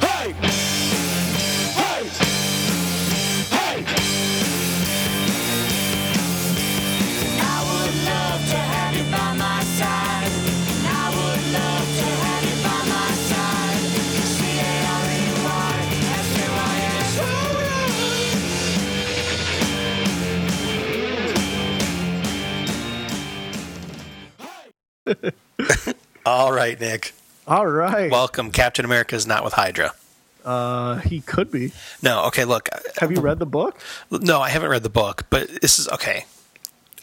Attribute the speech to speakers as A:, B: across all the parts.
A: Hey! Hey! Hey! I would love to have you by my side. And I would love to have you by my side. C-A-R-E-Y, S-U-I-S.
B: All right, Nick.
C: All right.
B: Welcome. Captain America is not with Hydra.
C: uh, he could be.
B: No, okay, look.
C: Have you read the book?
B: No, I haven't read the book, but this is okay.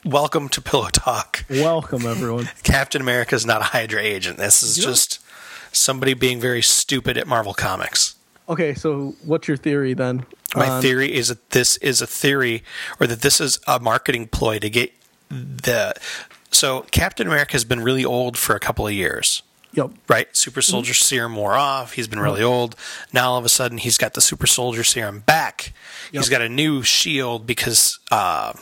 B: Welcome to Pillow Talk.
C: Welcome, everyone.
B: Captain America is not a Hydra agent. This is
C: You know-
B: just somebody being very stupid at Marvel Comics.
C: okay, so what's your theory then?
B: My
C: on-
B: theory is that this is a theory or that this is a marketing ploy to get the. So, Captain America has been really old for a couple of years.
C: Yep.
B: right? Super
C: Mm-hmm.
B: soldier serum wore off. He's been really old. Now all of a sudden he's got the super soldier serum back. He's
C: Yep.
B: got a new shield because uh,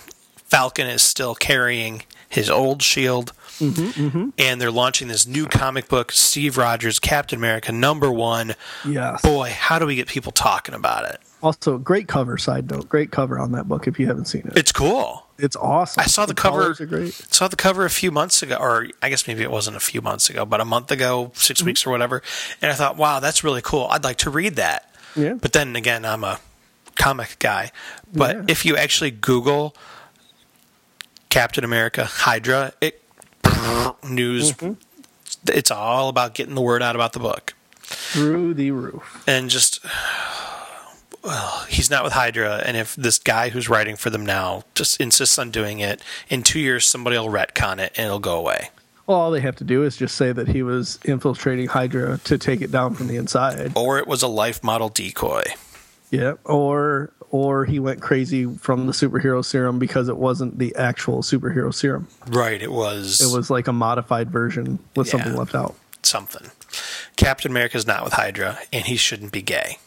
B: Falcon is still carrying his old shield.
C: Mm-hmm,
B: And they're launching this new comic book, Steve Rogers, Captain America, number one.
C: Yes.
B: Boy, how do we get people talking about it?
C: Also, great cover. Side note, great cover on that book. If you haven't seen it,
B: It's cool.
C: it's awesome.
B: I saw the, cover.
C: colors Are great.
B: Saw the cover a few months ago, or I guess maybe it wasn't a few months ago, but a month ago, 6
C: Mm-hmm.
B: weeks or whatever. And I thought, wow, that's really cool. I'd like to read that.
C: Yeah.
B: But then again, I'm a comic guy. But
C: Yeah.
B: if you actually Google Captain America Hydra, it news.
C: Mm-hmm.
B: It's all about getting the word out about the book
C: Through the roof.
B: and just. Well, he's not with Hydra, and if this guy who's writing for them now just insists on doing it, in two years somebody will retcon it and it'll go away.
C: Well, all they have to do is just say that he was infiltrating Hydra to take it down from the inside.
B: Or it was a life model decoy.
C: Yeah. Or or he went crazy from the superhero serum because it wasn't the actual superhero serum.
B: Right, it was.
C: It was like a modified version with something
B: Yeah.
C: left out.
B: something. Captain America's not with Hydra, and he shouldn't be gay.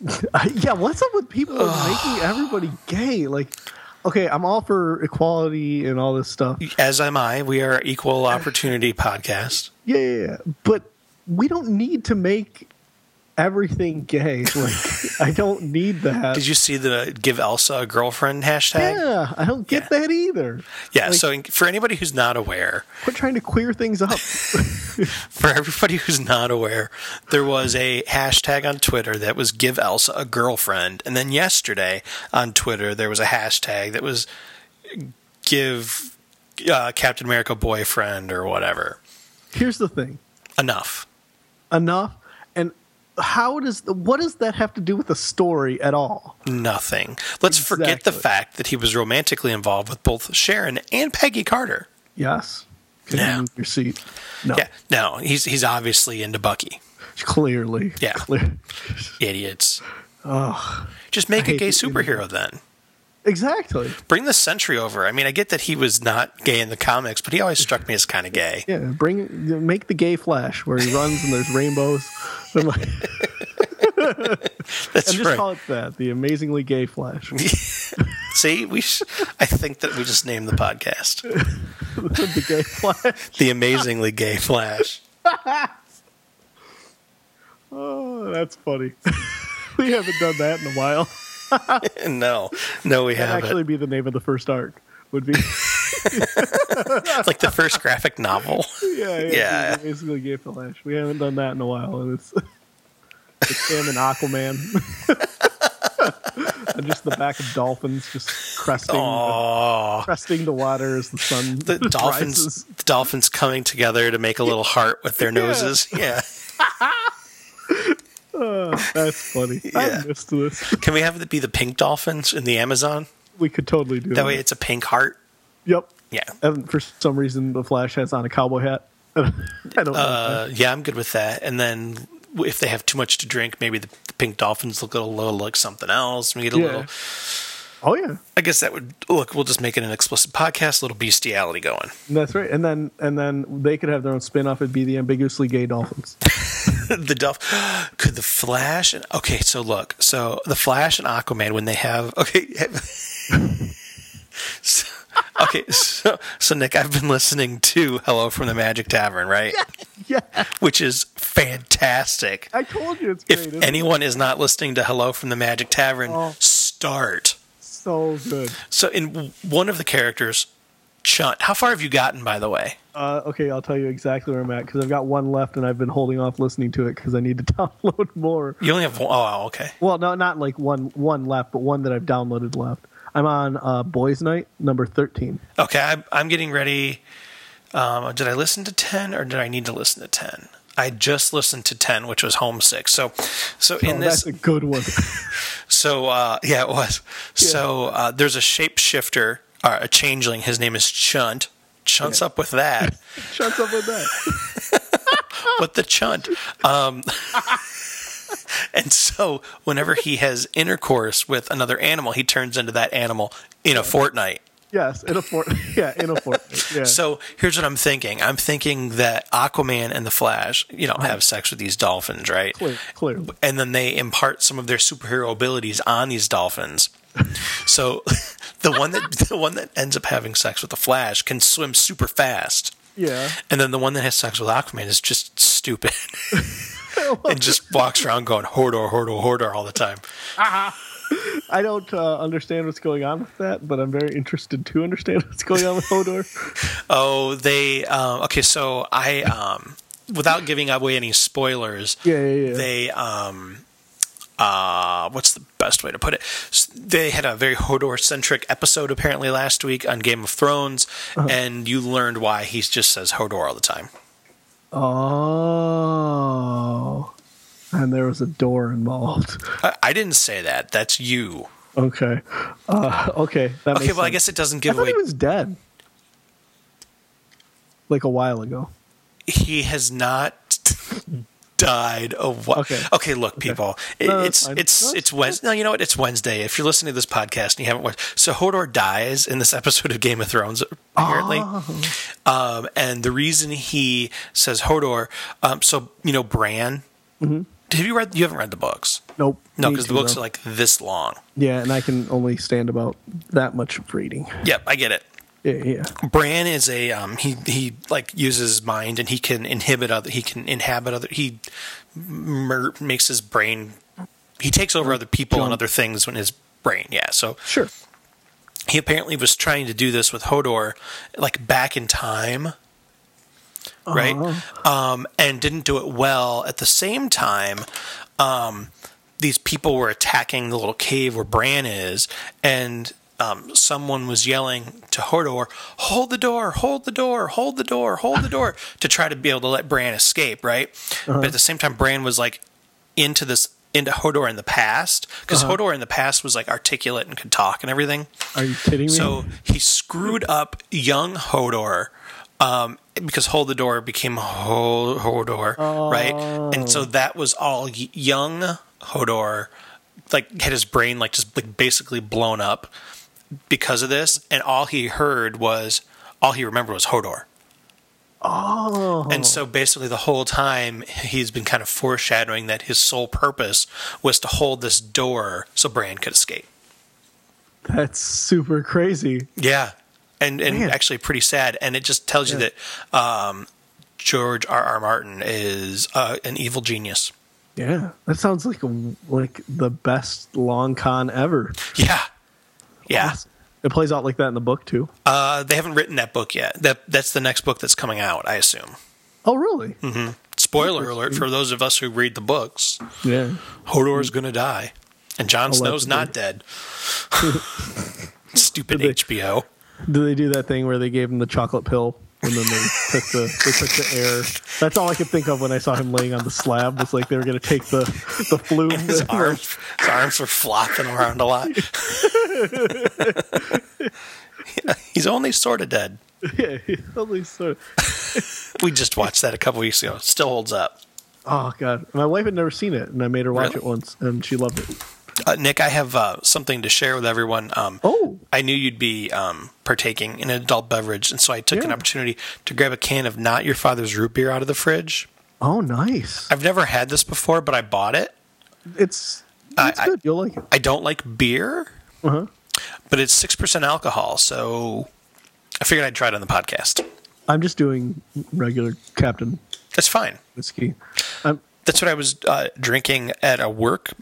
C: yeah, what's up with people making everybody gay? Like, okay, I'm all for equality and all this stuff. Yeah,
B: As am I. We are equal opportunity podcast.
C: yeah, yeah. but we don't need to make everything gay. Like, I don't need that.
B: Did you see the "Give Elsa a Girlfriend" hashtag?
C: yeah, I don't get that either.
B: Yeah,
C: Like,
B: so in, for anybody who's not aware,
C: quit trying to queer things up.
B: for everybody who's not aware, there was a hashtag on Twitter that was "Give Elsa a Girlfriend," and then yesterday on Twitter there was a hashtag that was "Give uh, Captain America a Boyfriend" or whatever.
C: Here's the thing:
B: Enough.
C: enough. And how does the, what does that have to do with the story at all?
B: Nothing. Let's forget the
C: Exactly.
B: fact that he was romantically involved with both Sharon and Peggy Carter.
C: Yes. Can
B: No.
C: you move your seat? No.
B: Yeah, no, he's he's obviously into Bucky.
C: Clearly.
B: Yeah.
C: Clear.
B: Idiots. Just make a
C: hate
B: gay
C: the internet.
B: superhero then.
C: Exactly.
B: Bring the Sentry over. I mean, I get that he was not gay in the comics, but he always struck me as kind of gay.
C: Yeah, bring make the gay Flash where he runs and there's rainbows. I'm like, and
B: That's
C: just
B: right.
C: call it that, the amazingly gay Flash,
B: See, we. Sh- I think that we just named the podcast
C: the gay Flash.
B: "The Amazingly Gay Flash."
C: Oh, that's funny. we haven't done that in a while.
B: no, no, we
C: That'd
B: haven't.
C: actually be the name of the first arc. Would be
B: like the first graphic novel.
C: yeah, yeah,
B: Yeah.
C: the amazingly gay Flash. We haven't done that in a while, and it's it's him and Aquaman. and just the back of dolphins just cresting
B: Oh.
C: cresting the water as the sun
B: the dolphins
C: rises.
B: the dolphins coming together to make a little heart with their noses. Yeah.
C: That's funny.
B: Yeah.
C: I missed this.
B: Can we have it be the pink dolphins in the Amazon?
C: We could totally do
B: That way it's a pink heart.
C: Yep.
B: Yeah.
C: And for some reason, the Flash has on a cowboy hat. I don't know.
B: Uh, yeah, I'm good with that. And then if they have too much to drink, maybe the, the pink dolphins look a little like something else. We get a
C: Yeah.
B: little
C: Oh yeah,
B: I guess that would look. We'll just make it an explicit podcast. Little bestiality going.
C: that's right. And then and then they could have their own spin off. It'd be the ambiguously gay dolphins.
B: the Dolph. Could the Flash and okay? So look, so the Flash and Aquaman when they have okay. so, okay, so so Nick, I've been listening to Hello from the Magic Tavern, right?
C: yeah,
B: Which is fantastic.
C: I told you it's great.
B: If
C: isn't it?
B: anyone is not listening to Hello from the Magic Tavern,
C: Oh.
B: start.
C: so good.
B: So in one of the characters, Chunt. How far have you gotten, by the way?
C: Uh, okay, I'll tell you exactly where I'm at because I've got one left, and I've been holding off listening to it because I need to download more.
B: You only have one oh okay.
C: Well, no, not like one one left, but one that I've downloaded left. I'm on uh, Boys Night number thirteen.
B: Okay, I'm, I'm getting ready. Um, did I listen to ten, or did I need to listen to ten? I just listened to ten, which was homesick. So, so in
C: Oh,
B: this,
C: that's a good one.
B: so uh, yeah, it was. So uh, there's a shapeshifter, or a changeling. His name is Chunt. Chunt's up with that,
C: Shuts up with that.
B: with the Chunt. Um, and so whenever he has intercourse with another animal, he turns into that animal in a fortnight.
C: Yes, in a fort. Yeah, in a fort. Yeah.
B: So here's what I'm thinking. I'm thinking that Aquaman and the Flash, you know, have sex with these dolphins, right?
C: clear, clear.
B: And then they impart some of their superhero abilities on these dolphins. so the one that the one that ends up having sex with the Flash can swim super fast.
C: Yeah.
B: And then the one that has sex with Aquaman is just stupid and just walks around going Hordor, Hordor, Hordor all the time.
C: I don't uh, understand what's going on with that, but I'm very interested to understand what's going on with Hodor.
B: Oh, they um, okay. So I, um, without giving away any spoilers,
C: Yeah, yeah, yeah.
B: They um, uh, what's the best way to put it? S- They had a very Hodor centric episode apparently last week on Game of Thrones,
C: Uh-huh.
B: and you learned why he just says Hodor all the time.
C: Oh. And there was a door involved.
B: I, I didn't say that. That's you.
C: Okay. Uh, okay. That
B: Okay,
C: makes
B: well, I
C: sense.
B: guess it doesn't
C: I
B: give
C: thought
B: away.
C: he was dead. Like a while ago.
B: he has not died a while.
C: Okay.
B: Okay. look, people, it,
C: No, that's
B: it's
C: fine. No,
B: it's
C: that's
B: it's Wednesday. No, you know what? It's Wednesday. If you're listening to this podcast and you haven't watched, so Hodor dies in this episode of Game of Thrones, apparently.
C: Oh.
B: Um, and the reason he says Hodor, um, so you know, Bran. Have you read? You haven't read the books.
C: Nope.
B: No,
C: Mm-hmm. Me
B: because the
C: too,
B: books
C: though.
B: are like this long.
C: Yeah, and I can only stand about that much of reading.
B: Yep, I get it.
C: Yeah, yeah.
B: Bran is a um, he he like uses his mind and he can inhibit other he can inhabit other he mer- makes his brain he takes over other people and
C: Jump.
B: other things when his brain yeah so
C: Sure.
B: he apparently was trying to do this with Hodor like back in time right um, and didn't do it well at the same time um, these people were attacking the little cave where Bran is and um, someone was yelling to Hodor hold the door hold the door hold the door hold the door to try to be able to let Bran escape right but at the same time Bran was like into this into Hodor in the past because Hodor in the past was like articulate and could talk and everything
C: Are you kidding me?
B: so he screwed up young Hodor um, because Hold the Door became Ho- Hodor, right? And so that was all y- young Hodor, like had his brain like just like basically blown up because of this, and all he heard was all he remembered was Hodor.
C: oh.
B: And so basically the whole time he's been kind of foreshadowing that his sole purpose was to hold this door so Bran could escape.
C: That's super crazy.
B: Yeah, and and
C: Man.
B: actually pretty sad. And it just tells
C: Yeah.
B: you that um, George R. R. Martin is uh, an evil genius.
C: Yeah, that sounds like a, like the best long con ever.
B: Yeah, yeah.
C: Awesome. It plays out like that in the book too.
B: Uh, they haven't written that book yet. That that's the next book that's coming out, I assume.
C: Oh, really?
B: Hmm. Spoiler alert for those of us who read the books:
C: Yeah.
B: Hodor
C: Mm.
B: is going to die, and
C: Oh,
B: Jon Snow's
C: Allegedly.
B: not dead. Stupid
C: Did they-
B: HBO.
C: Do they do that thing where they gave him the chocolate pill and then they took the they took the air? That's all I could think of when I saw him laying on the slab. Was like they were gonna take the the flume.
B: His arms, his arms were flopping around a lot. Yeah, he's only sort of dead.
C: yeah, he totally sort of-
B: We just watched that a couple weeks ago. Still holds up.
C: Oh god, my wife had never seen it, and I made her watch
B: Really?
C: it once, and she loved it.
B: Uh, Nick, I have uh, something to share with everyone. Um,
C: Oh.
B: I knew you'd be um, partaking in an adult beverage, and so I took an
C: Yeah.
B: opportunity to grab a can of not your father's root beer out of the fridge.
C: Oh, nice.
B: I've never had this before, but I bought it.
C: It's
B: I-
C: it's
B: I-
C: good. You'll like it.
B: I don't like beer,
C: Uh-huh.
B: but it's six percent alcohol, so I figured I'd try it on the podcast.
C: I'm just doing regular Captain
B: That's fine.
C: whiskey. Um,
B: That's what I was uh, drinking at a work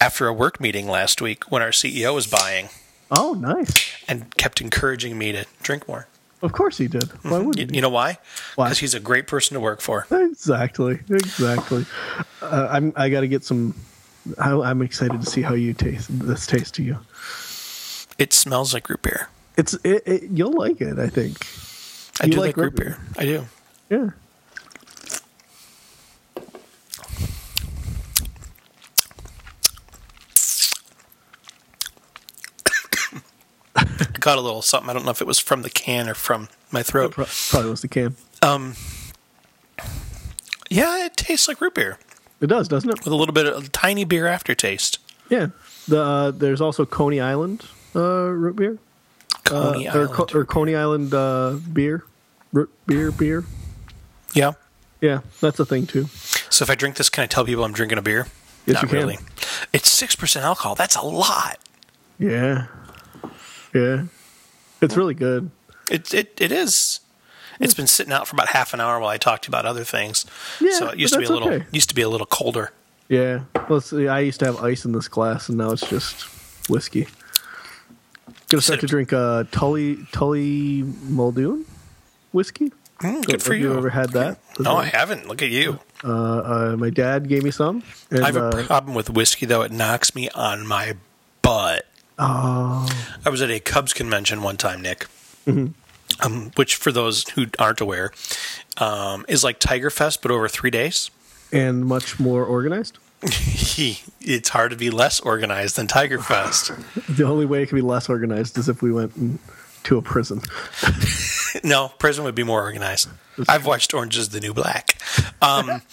B: after a work meeting last week when our CEO was buying
C: oh, nice.
B: and kept encouraging me to drink more.
C: Of course he did. Why
B: You,
C: wouldn't he?
B: you know why?
C: Why?
B: Because he's a great person to work for.
C: Exactly. Exactly. Uh, I'm. I got to get some. I, I'm excited to see how you taste this taste to you.
B: It smells like root beer.
C: It's. It, it, you'll like it. I think.
B: I
C: You
B: do like
C: like
B: root
C: root
B: beer. I do.
C: Yeah.
B: I got a little something. I don't know if it was from the can or from my throat.
C: Pro- Probably was the can.
B: Yeah, it tastes like root beer
C: It does, doesn't it?
B: with a little bit of a tiny beer aftertaste.
C: Yeah. The uh, there's also Coney Island uh, root beer. Uh,
B: Coney
C: or,
B: Island.
C: Co- or Coney Island uh, beer, root beer, beer.
B: yeah.
C: Yeah, that's a thing too.
B: So if I drink this, can I tell people I'm drinking a beer?
C: Yes,
B: Not
C: you can.
B: really. It's six percent alcohol. That's a lot.
C: Yeah, yeah, it's really good.
B: It it it is. It's been sitting out for about half an hour while I talked about other things.
C: Yeah,
B: so it used to
C: but
B: be a
C: that's
B: little
C: okay.
B: used to be a little colder.
C: Yeah, let's see. I used to have ice in this glass, and now it's just whiskey. Gonna start to drink uh, Tully Tully Muldoon whiskey.
B: Mm, good for
C: have
B: you.
C: you ever had that?
B: No, I haven't. Look at you.
C: Uh, my dad gave me some. And,
B: I have a
C: uh,
B: problem with whiskey though. It knocks me on my butt.
C: oh,
B: I was at a Cubs convention one time, Nick.
C: Mm-hmm.
B: Um, which, for those who aren't aware, um, is like Tiger Fest, but over three days.
C: and much more organized.
B: it's hard to be less organized than Tiger Fest.
C: The only way it could be less organized is if we went in- to a prison.
B: No, prison would be more organized. I've watched Orange is the New Black. Um,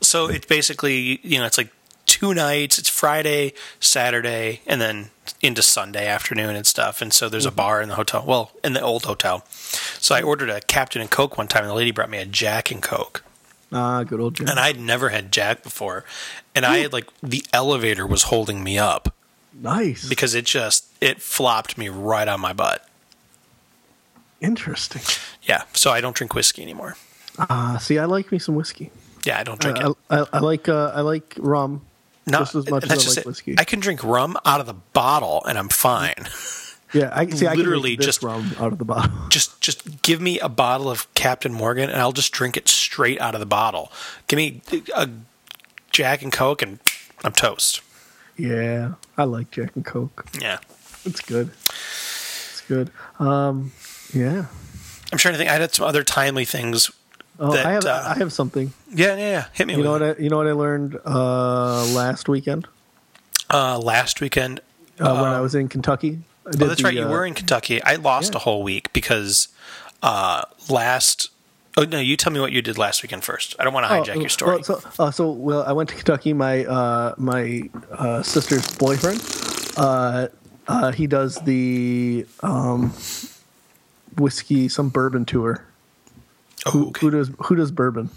B: so it's basically, you know, it's like two nights. It's Friday, Saturday, and then into Sunday afternoon and stuff. And so there's a bar in the hotel, well, in the old hotel. So I ordered a Captain and Coke one time, and the lady brought me a Jack and Coke.
C: Ah, good old Jack.
B: And I'd never had Jack before. And I had like, the elevator was holding me up
C: nice.
B: because it just, it flopped me right on my butt.
C: Interesting.
B: Yeah. So I don't drink whiskey anymore.
C: Ah, see, I like me some whiskey.
B: Yeah, I don't drink it.
C: I, Uh, I, I like uh, I like rum
B: No,
C: just as much as I
B: that's
C: like
B: just it.
C: whiskey.
B: I can drink rum out of the bottle and I'm fine.
C: yeah, I see. I
B: literally
C: literally can
B: just-
C: just rum out of the bottle.
B: just just give me a bottle of Captain Morgan and I'll just drink it straight out of the bottle. Give me a Jack and Coke and I'm toast.
C: Yeah, I like Jack and Coke.
B: Yeah.
C: It's good. It's good. Um, yeah.
B: I'm trying to think I had some other timely things
C: Oh,
B: that
C: I have
B: uh,
C: I have something.
B: yeah, yeah, yeah. Hit me
C: You
B: with
C: know what?
B: it.
C: I, you know what I learned uh, last weekend
B: uh last weekend.
C: uh, when I was in Kentucky. I
B: Uh-huh. Oh,
C: did
B: that's
C: the,
B: right. You
C: uh,
B: were in Kentucky. I lost
C: yeah.
B: a whole week because uh last Oh no, you tell me what you did last weekend first. I don't want to hijack
C: Oh,
B: your story.
C: Well, so, uh, so well, I went to Kentucky. My uh, my uh, sister's boyfriend. Uh, uh, he does the um, whiskey, some bourbon tour.
B: oh,
C: Who
B: okay.
C: does who does bourbon?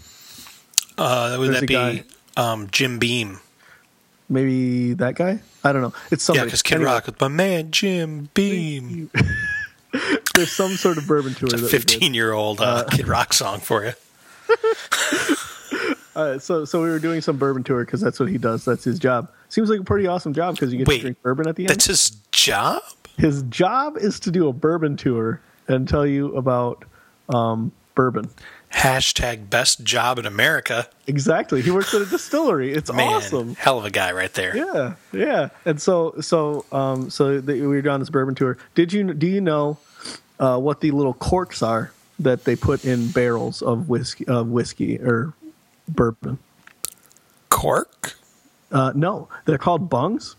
B: Uh, would
C: There's
B: that
C: a
B: be
C: guy.
B: um, Jim Beam?
C: Maybe that guy. I don't know. It's
B: Yeah,
C: somebody.
B: because Kid
C: Anyway,
B: Rock with my man Jim Beam.
C: There's some sort of bourbon tour.
B: It's a
C: that we did.
B: fifteen-year-old uh, Kid Rock song for you.
C: Uh, so so we were doing some bourbon tour because that's what he does. That's his job. Seems like a pretty awesome job because you get
B: Wait,
C: to drink bourbon at the end.
B: That's his job.
C: his job is to do a bourbon tour and tell you about um, bourbon.
B: Hashtag best job in America.
C: Exactly. He works at a distillery. It's
B: Man,
C: awesome.
B: hell of a guy right there.
C: Yeah, yeah. And so, so, um, so they, we were on this bourbon tour. Did you do you know uh, what the little corks are that they put in barrels of whiskey of whiskey or bourbon?
B: Cork.
C: Uh, no, they're called bungs.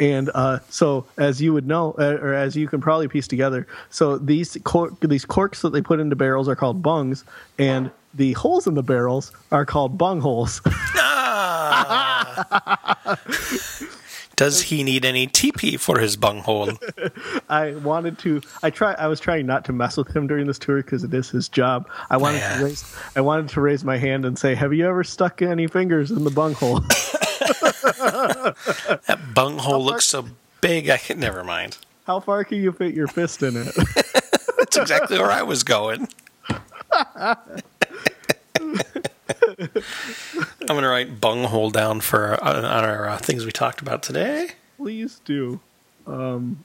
C: And uh, so, as you would know, uh, or as you can probably piece together, so these cork, these corks that they put into barrels are called bungs, and the holes in the barrels are called bung holes.
B: Does he need any TP for his bunghole?
C: I wanted to. I try. I was trying not to mess with him during this tour because it is his job. I wanted
B: Yeah.
C: to raise. I wanted to raise my hand and say, "Have you ever stuck any fingers in the bunghole?"
B: That bunghole looks so big. I can never mind.
C: How far can you fit your fist in it?
B: That's exactly where I was going. I'm gonna write bunghole down for uh, on our uh, things we talked about today.
C: Please do. Um,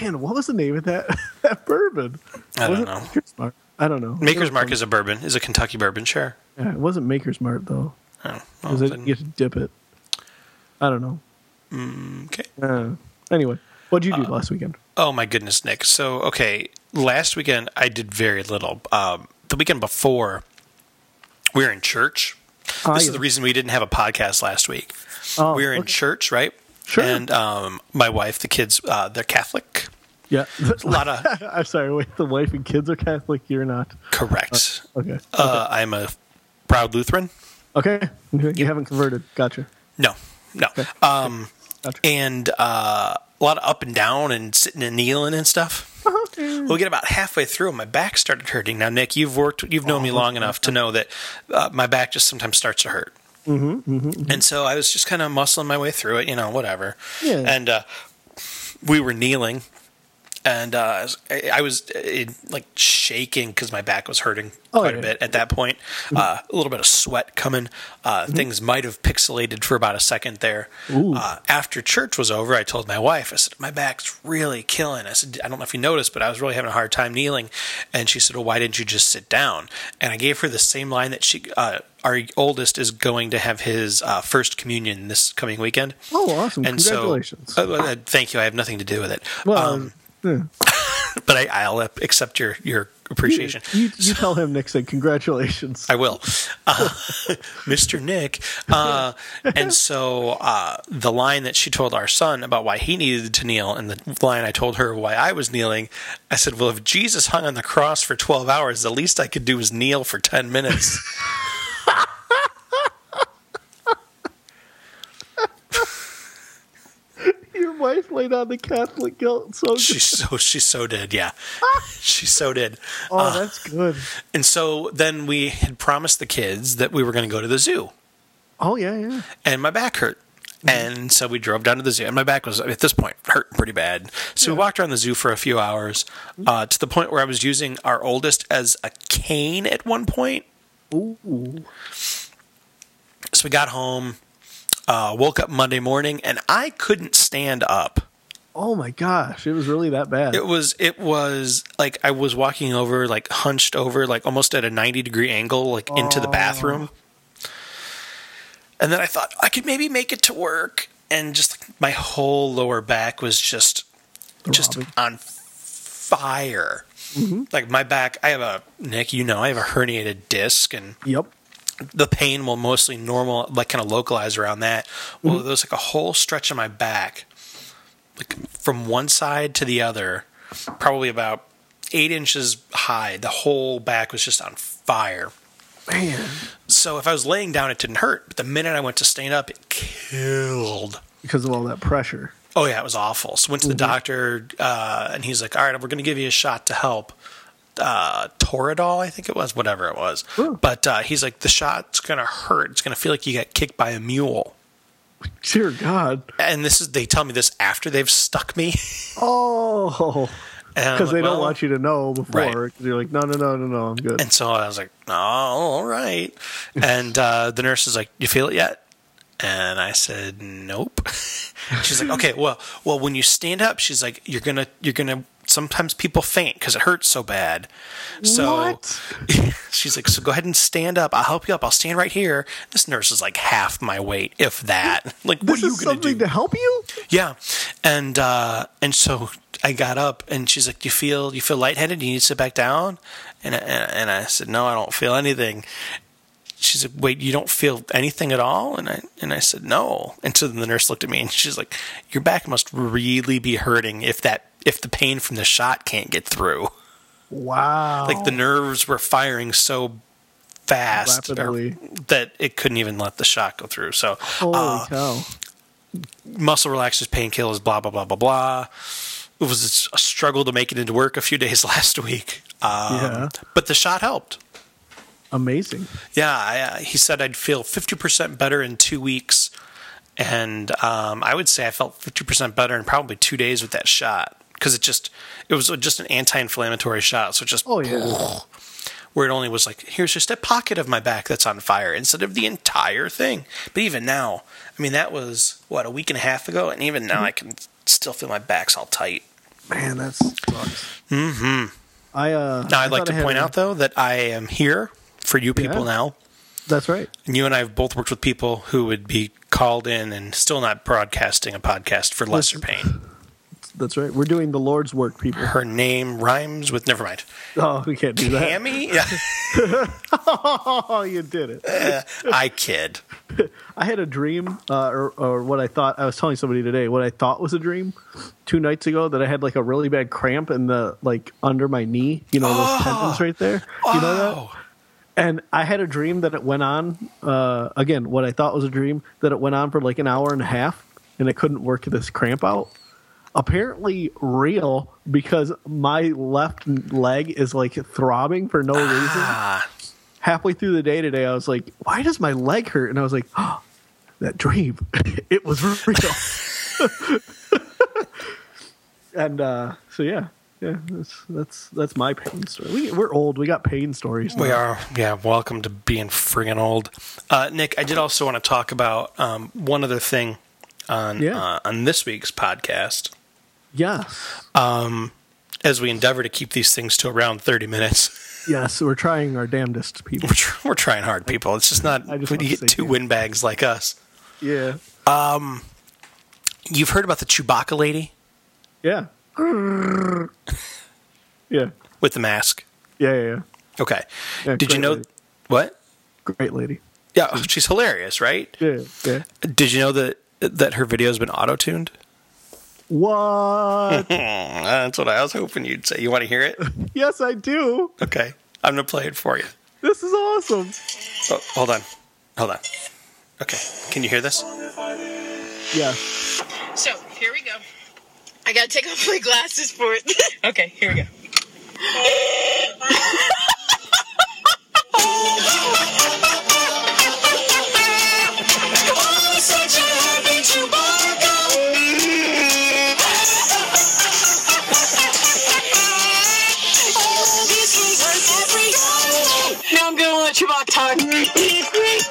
C: man, what was the name of that that bourbon?
B: I
C: Was
B: don't
C: it
B: know.
C: Maker's Mark. I don't know.
B: Maker's Mark is a bourbon, is a Kentucky bourbon, sure.
C: Yeah, it wasn't Maker's Mark though.
B: Oh, well,
C: Because I didn't
B: then-
C: get to dip it. I don't know.
B: okay.
C: Uh, anyway, what did you do last weekend?
B: Oh my goodness, Nick. So okay, last weekend I did very little. Um, the weekend before, we were in church.
C: Ah,
B: this
C: yeah.
B: is the reason we didn't have a podcast last week.
C: Oh,
B: we were in
C: okay.
B: church, right?
C: Sure.
B: And um, my wife, the kids, uh, they're Catholic.
C: Yeah.
B: A lot of
C: I'm sorry. Wait, the wife and kids are Catholic. You're not.
B: correct.
C: Okay.
B: Uh, I'm a proud Lutheran.
C: Okay. You haven't converted. Gotcha.
B: No, no. Um, and uh, a lot of up and down and sitting and kneeling and stuff. We get about halfway through, and my back started hurting. Now, Nick, you've worked, you've known me long enough to know that uh, my back just sometimes starts to hurt. Mm-hmm, And so I was just kind of muscling my way through it, you know, whatever.
C: Yeah.
B: And uh, we were kneeling, and uh, I, I was uh, like shaking because my back was hurting
C: Oh,
B: quite
C: yeah. Mm-hmm.
B: a bit at that point. Uh, a little bit of sweat coming. Uh, Things might have pixelated for about a second there.
C: Ooh.
B: Uh, after church was over, I told my wife, I said, My back's really killing. I said, I don't know if you noticed, but I was really having a hard time kneeling. And she said, Well, why didn't you just sit down? And I gave her the same line that she, uh, our oldest is going to have his uh, first communion this coming weekend.
C: Oh, awesome.
B: And
C: Congratulations.
B: So, Uh, well, uh, thank you. I have nothing to do with it.
C: well,
B: um,
C: yeah.
B: but I, I'll accept your, your appreciation.
C: You, you tell him, Nick said, congratulations.
B: I will, uh, Mr. Nick. Uh, and so uh, the line that she told our son about why he needed to kneel, and the line I told her why I was kneeling, I said, "Well, if Jesus hung on the cross for twelve hours, the least I could do is kneel for ten minutes."
C: Your wife laid on the Catholic guilt. So good.
B: she's so she's so dead. Yeah, she so did.
C: oh,
B: uh,
C: that's good.
B: And so then we had promised the kids that we were going to go to the zoo.
C: Oh, yeah, yeah.
B: and my back hurt. And so we drove down to the zoo, and my back was at this point hurt pretty bad. So we walked around the zoo for a few hours uh, to the point where I was using our oldest as a cane at one point.
C: Ooh.
B: So we got home, uh, woke up Monday morning, and I couldn't stand up.
C: Oh, my gosh. It was really that bad.
B: It was it was like I was walking over, like hunched over, like almost at a ninety degree angle, like into the bathroom. And then I thought I could maybe make it to work, and just like, my whole lower back was just just
C: Throbbing.
B: on fire. Like my back, I have a Nick, you know, I have a herniated disc, and
C: yep.
B: the pain will mostly normal, like kind of localize around that. Well, there was like a whole stretch of my back, like from one side to the other, probably about eight inches high. The whole back was just on fire.
C: Man.
B: So if I was laying down, it didn't hurt. But the minute I went to stand up, it killed.
C: Because of all that pressure.
B: Oh yeah, it was awful. So went to the
C: Mm-hmm.
B: doctor, uh, and he's like, "All right, we're going to give you a shot to help." Uh, Toradol, I think it was, whatever it was.
C: Ooh.
B: But uh, he's like, "The shot's going to hurt. It's going to feel like you got kicked by a mule."
C: Dear God.
B: And this is they tell me this after they've stuck me
C: Oh. Because they don't want you to know before.
B: Uh, Right.
C: 'cause you're like, no, no, no, no, no, I'm good.
B: And so I was like, "Oh, all right." and uh, the nurse is like, "You feel it yet?" And I said, "Nope." she's like, "Okay, well, well, when you stand up, she's like, you're gonna, you're gonna." Sometimes people faint because it hurts so bad. So
C: What?
B: she's like, "So go ahead and stand up. I'll help you up. I'll stand right here." This nurse is like half my weight, if that. Like, what
C: this
B: are you
C: is
B: gonna
C: something
B: do?
C: to help you?
B: Yeah, and uh, and so I got up, and she's like, "You feel you feel lightheaded? You need to sit back down." And I, and, I- and I said, "No, I don't feel anything." She's like, "Wait, you don't feel anything at all?" And I and I said, "No." And so then the nurse looked at me, and she's like, "Your back must really be hurting if that if the pain from the shot can't get through.
C: Wow.
B: Like the nerves were firing so." Fast or-
C: Rapidly.
B: that it couldn't even let the shot go through. So,
C: Holy
B: uh,
C: cow.
B: muscle relaxers, painkillers, blah blah blah blah blah. It was a struggle to make it into work a few days last week, um,
C: Yeah.
B: but the shot helped.
C: Amazing.
B: Yeah, I, uh, he said I'd feel 50% better in two weeks. And um, I would say I felt 50% better in probably two days with that shot because it just, it was just an anti inflammatory shot. So it just,
C: Oh, yeah.
B: where it only was like, here's just a pocket of my back that's on fire instead of the entire thing. But even now, I mean, that was what, a week and a half ago? And even
C: Mm-hmm.
B: now, I can still feel my back's all tight.
C: Man, that sucks. Mm-hmm. I uh.
B: Now,
C: I
B: I'd like
C: thought
B: to
C: I had
B: point
C: a-
B: out, though, that I am here for you people
C: Yeah.
B: now.
C: That's right.
B: And you and I have both worked with people who would be called in and still not broadcasting a podcast for lesser pain.
C: That's right. We're doing the Lord's work, people.
B: Her name rhymes with never mind.
C: Oh, we can't do that.
B: Hammy? Yeah,
C: Oh, you did it.
B: I kid.
C: I had a dream, uh, or, or what I thought. I was telling somebody today what I thought was a dream two nights ago that I had like a really bad cramp in the like under my knee. You know those
B: Ah.
C: tendons right there. You know that.
B: Oh,
C: And I had a dream that it went on. Uh, again, what I thought was a dream that it went on for like an hour and a half, and I couldn't work this cramp out. Apparently real because my left leg is like throbbing for no reason
B: ah,
C: halfway through the day today, I was like, why does my leg hurt? And I was like, oh, that dream, it was real. and uh, so, yeah, yeah, that's that's that's my pain story. We, we're old. We got pain stories. now.
B: we are. Yeah, welcome to being friggin' old, uh, Nick. I did also want to talk about um, one other thing on
C: Yeah.
B: uh, on this week's podcast.
C: Yes.
B: As we endeavor to keep these things to around thirty minutes,
C: Yes. We're trying our damnedest, people.
B: we're, tr- we're trying hard, people. It's just not
C: I just
B: when
C: want
B: you
C: to
B: get
C: say
B: two
C: yeah.
B: windbags like us.
C: Yeah.
B: You've heard about the Chewbacca lady
C: Yeah. yeah.
B: with the mask.
C: Yeah. Yeah. Yeah.
B: Okay.
C: Yeah,
B: Did you
C: great
B: know
C: lady.
B: what?
C: Great lady.
B: Yeah, she's hilarious, right?
C: Yeah. Yeah.
B: Did you know that that her video's been auto-tuned?
C: What?
B: Uh, That's what I was hoping you'd say. You want to hear it?
C: yes, I do.
B: Okay. I'm going to play it for you.
C: This is awesome.
B: Oh, hold on. Hold on. Okay. Can you hear this?
C: Yes.
D: So here we go. I gotta take off my glasses for it. okay, here we go.
A: Such a happy Chewbacca. All these things worth every dollar.
D: Now I'm gonna let Chewbacca talk.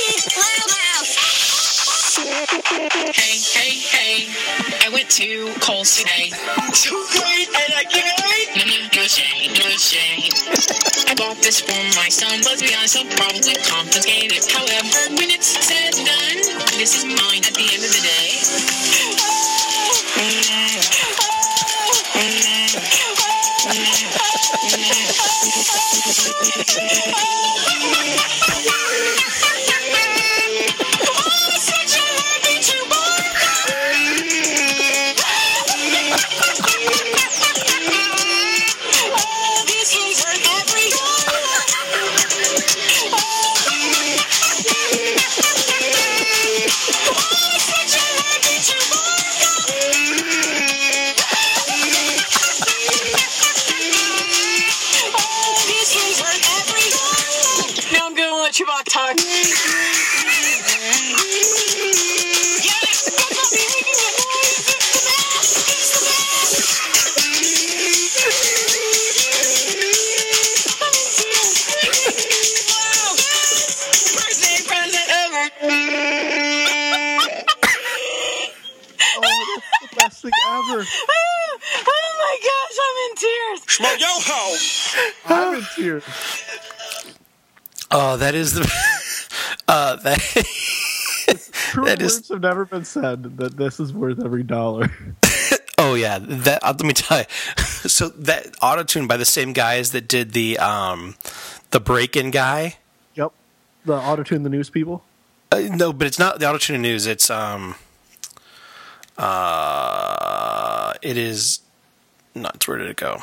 A: Wow.
D: Hey, hey, hey. I went to Cole's today. so great, and I can't wait. Mm, Good shade, good shade. I bought this for my son. Let's be honest, I'll probably confiscate it. However, when it's said and done, this is mine at the end of the day. Now I'm gonna let Chewbacca talk. President, president, over.
C: Oh, that's the best thing ever.
D: Oh my gosh, I'm in tears.
C: I'm in tears.
B: Oh, that is the uh that
C: True
B: That is-
C: words have never been said that this is worth every dollar.
B: Oh yeah, that uh, let me tell you. So that auto-tune by the same guys that did the um the break-in guy.
C: yep. The autotune the news people.
B: Uh, no, but it's not the auto-tune news. It's um Uh, it is nuts. Where did it go?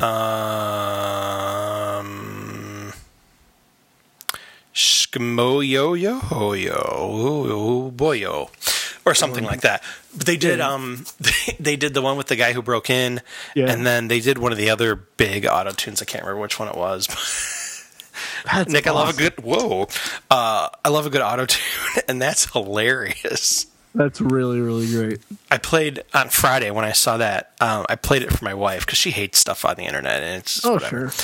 B: Um, Shkmoyoyohoyo, boyo, or something like that. But they did.
C: Yeah.
B: Um, they, they did the one with the guy who broke in,
C: Yeah.
B: and then they did one of the other big auto tunes. I can't remember which one it was.
C: That's
B: Nick, I love a
C: awesome.
B: good whoa. Uh, I love a good auto tune, and that's hilarious.
C: That's really really great.
B: I played on Friday when I saw that. Um, I played it for my wife because she hates stuff on the internet, and it's just
C: Oh,
B: whatever.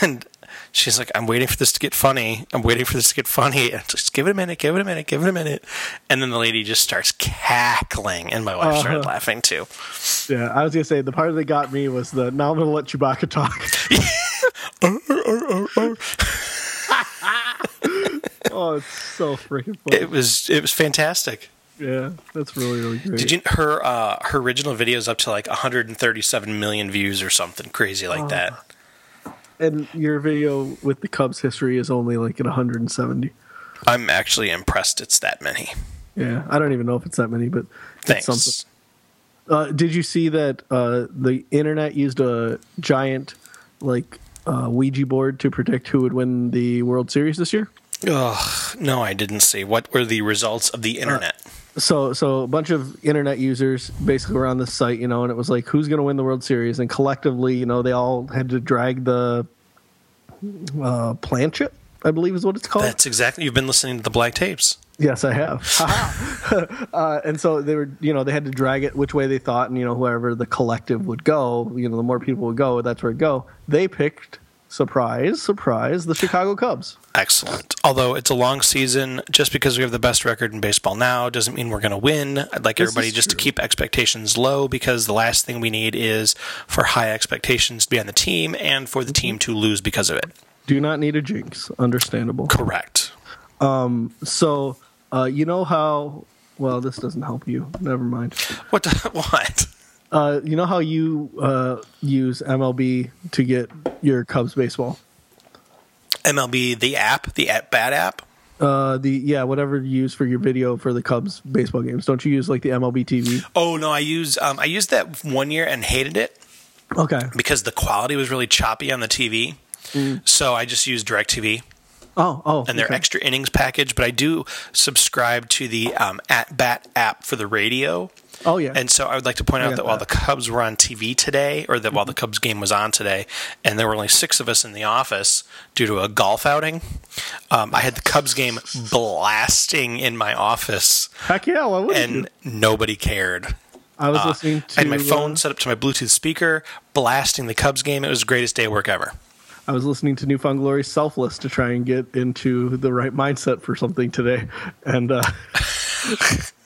B: And she's like, "I'm waiting for this to get funny. I'm waiting for this to get funny." And just give it a minute, give it a minute, give it a minute. And then the lady just starts cackling, and my wife started
C: Uh-huh.
B: laughing too.
C: Yeah, I was gonna say the part that got me was the now I'm gonna let Chewbacca talk. oh, it's so freaking funny.
B: It was it was fantastic.
C: yeah, that's really really great.
B: Did you her uh, her original video is up to like 137 million views or something crazy
C: Uh-huh.
B: like that?
C: and your video with the Cubs history is only like at 170.
B: I'm actually impressed it's that many.
C: Yeah, I don't even know if it's that many, but
B: Thanks.
C: It's something. Uh, did you see that uh, the internet used a giant like uh, Ouija board to predict who would win the World Series this year?
B: Ugh, no, I didn't see. What were the results of the internet?
C: So, so a bunch of internet users basically were on this site, you know, and it was like, who's going to win the World Series? And collectively, you know, they all had to drag the uh, planchet, I believe is what it's called.
B: That's exactly. You've been listening to the black tapes.
C: Yes, I have. Haha. uh, and so they were, you know, they had to drag it which way they thought, and you know, whoever the collective would go, you know, the more people would go, that's where it go. They picked surprise, surprise, the Chicago Cubs.
B: Excellent. Although it's a long season, just because we have the best record in baseball now doesn't mean we're going to win. I'd like
C: This
B: everybody
C: is
B: just to
C: true.
B: keep expectations low because the last thing we need is for high expectations to be on the team and for the team to lose because of it.
C: Do not need a jinx. Understandable.
B: Correct.
C: So, uh, you know how? Well, this doesn't help you. Never mind.
B: What? the- What?
C: Uh, you know how you uh, use MLB to get your Cubs baseball?
B: MLB the app, the at bat app.
C: Uh, the yeah, whatever you use for your video for the Cubs baseball games. Don't you use like the MLB TV?
B: Oh no, I used um, I used that one year and hated it.
C: Okay.
B: because the quality was really choppy on the TV. So I just use DirecTV
C: Oh, oh,
B: and their
C: okay.
B: extra innings package. But I do subscribe to the um, At Bat app for the radio.
C: Oh yeah,
B: And so I would like to point
C: I
B: out that,
C: got
B: while the
C: that. Mm-hmm.
B: Cubs were on TV today, or that while the Cubs game was on today, and there were only six of us in the office due to a golf outing, um, I had the Cubs game blasting in my office,
C: heck yeah, why would
B: and nobody cared.
C: I was
B: Uh,
C: listening to
B: and my phone
C: uh,
B: set up to my Bluetooth speaker, blasting the Cubs game. It was the greatest day of work ever.
C: I was listening to Newfound Glory Selfless to try and get into the right mindset for something today, and uh,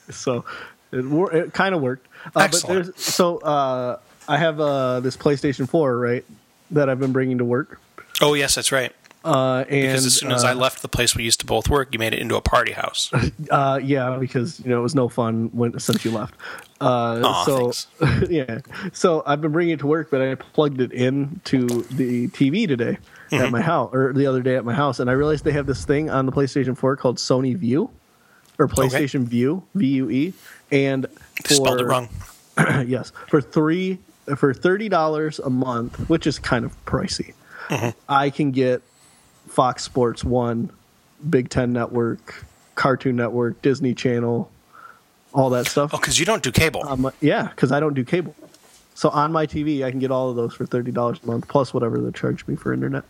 C: so it wor- it kind of worked. Uh, but
B: Excellent.
C: there's so uh, I have uh, this PlayStation Four right that I've been bringing to work,
B: Oh yes, that's right.
C: uh, and
B: Because as soon as I left the place we used to both work, you made it into a party house.
C: Uh, yeah, because you know it was no fun when since you left. Uh,
B: Aw,
C: so yeah, so I've been bringing it to work, but I plugged it in to the TV today
B: Mm-hmm.
C: at my house, or the other day at my house, and I realized they have this thing on the PlayStation 4 called Sony View, or PlayStation View V U E, and
B: They spelled it
C: for-
B: wrong.
C: yes, for three for thirty dollars a month, which is kind of pricey,
B: Mm-hmm.
C: I can get Fox Sports One, Big Ten Network, Cartoon Network, Disney Channel, all that stuff.
B: Oh, because you don't do cable.
C: On my- yeah, because I don't do cable, so on my TV I can get all of those for thirty dollars a month plus whatever they charge me for internet.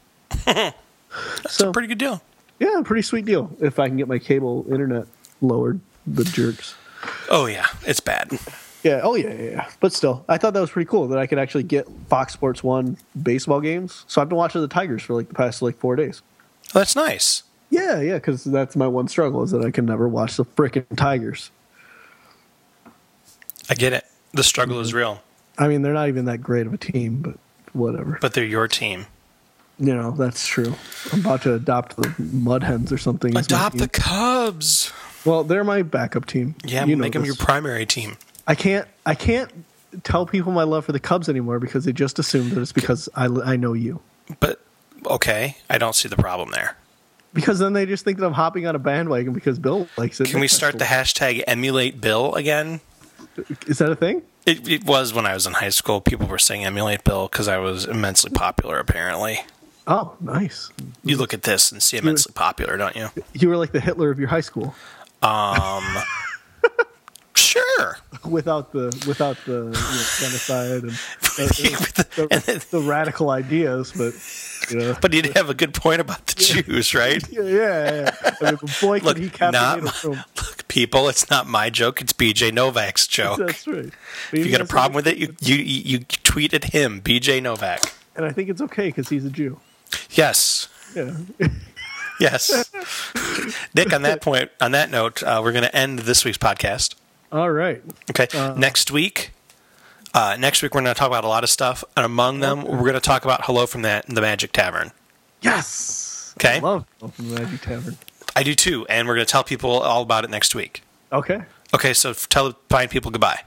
C: so
B: Pretty good deal.
C: yeah, pretty sweet deal if I can get my cable internet lowered. The jerks.
B: Oh yeah, it's bad.
C: Yeah. Oh yeah, yeah, yeah. But still, I thought that was pretty cool that I could actually get Fox Sports One baseball games. So I've been watching the Tigers for like the past like four days.
B: Oh, that's nice.
C: Yeah, yeah, because that's my one struggle is that I can never watch the frickin' Tigers.
B: I get it. The struggle
C: Mm-hmm.
B: is real,
C: I mean, they're not even that great of a team, but whatever.
B: but they're your team.
C: you know, that's true. I'm about to adopt the Mud Hens or something. as my
B: Adopt the
C: team.
B: Cubs.
C: Well, they're my backup team.
B: Yeah,
C: You know
B: make them
C: this.
B: your primary team.
C: I can't. I can't tell people my love for the Cubs anymore because they just assume that it's because I, I know you.
B: But okay, I don't see the problem there.
C: because then they just think that I'm hopping on a bandwagon because Bill likes it.
B: Can we start the hashtag emulate Bill again?
C: Is that a thing?
B: It, it was when I was in high school. People were saying emulate Bill because I was immensely popular, apparently.
C: Oh, nice.
B: You look at this and see immensely popular, don't you?
C: You were like the Hitler of your high school
B: Sure.
C: without the without the you know, genocide and
B: But
C: the, the radical ideas, but you know.
B: you would have a good point about the Jews, right?
C: yeah, yeah, yeah. I mean, boy,
B: Look,
C: can he
B: not
C: captivate
B: my-
C: us from.
B: Look, people, it's not my joke. It's BJ Novak's joke.
C: That's right.
B: If you got a problem with it, you, you you tweet at him, BJ Novak.
C: and I think it's okay because he's a Jew.
B: Yes.
C: Yeah,
B: Yes. Nick, on that point, on that note, uh, we're going to end this week's podcast.
C: all right.
B: Okay.
C: Uh-huh.
B: next week, uh, next week we're going to talk about a lot of stuff, and among them, we're going to talk about "Hello from that the Magic Tavern."
C: Yes.
B: Okay.
C: I love Open Magic Tavern.
B: I do too, and we're going to tell people all about it next week.
C: Okay.
B: Okay, so f- tell fine people goodbye.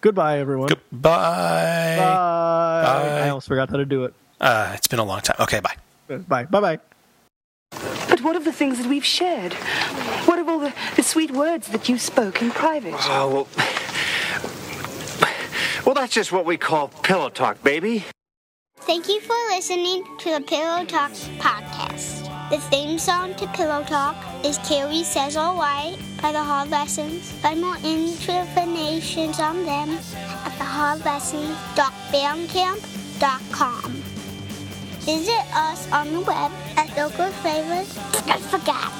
C: Goodbye, everyone.
B: Goodbye.
C: Bye.
B: Bye.
C: I almost forgot how to do it.
B: Uh, it's been a long time. Okay, bye.
C: Bye. Bye. Bye.
E: But what of the things that we've shared? What of all the, the sweet words that you spoke in private?
F: Oh, well. Well, that's just what we call pillow talk, baby.
G: Thank you for listening to the Pillow Talk podcast. The theme song to Pillow Talk is Carrie Says All Right by The Hard Lessons. Find more informations on them at thehardlessons.bandcamp.com. Visit us on the web at localflavors. I forgot.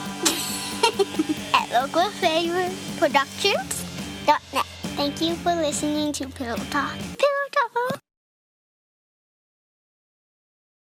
G: at localfavorsproductions.net. Thank you for listening to Pillow Talk.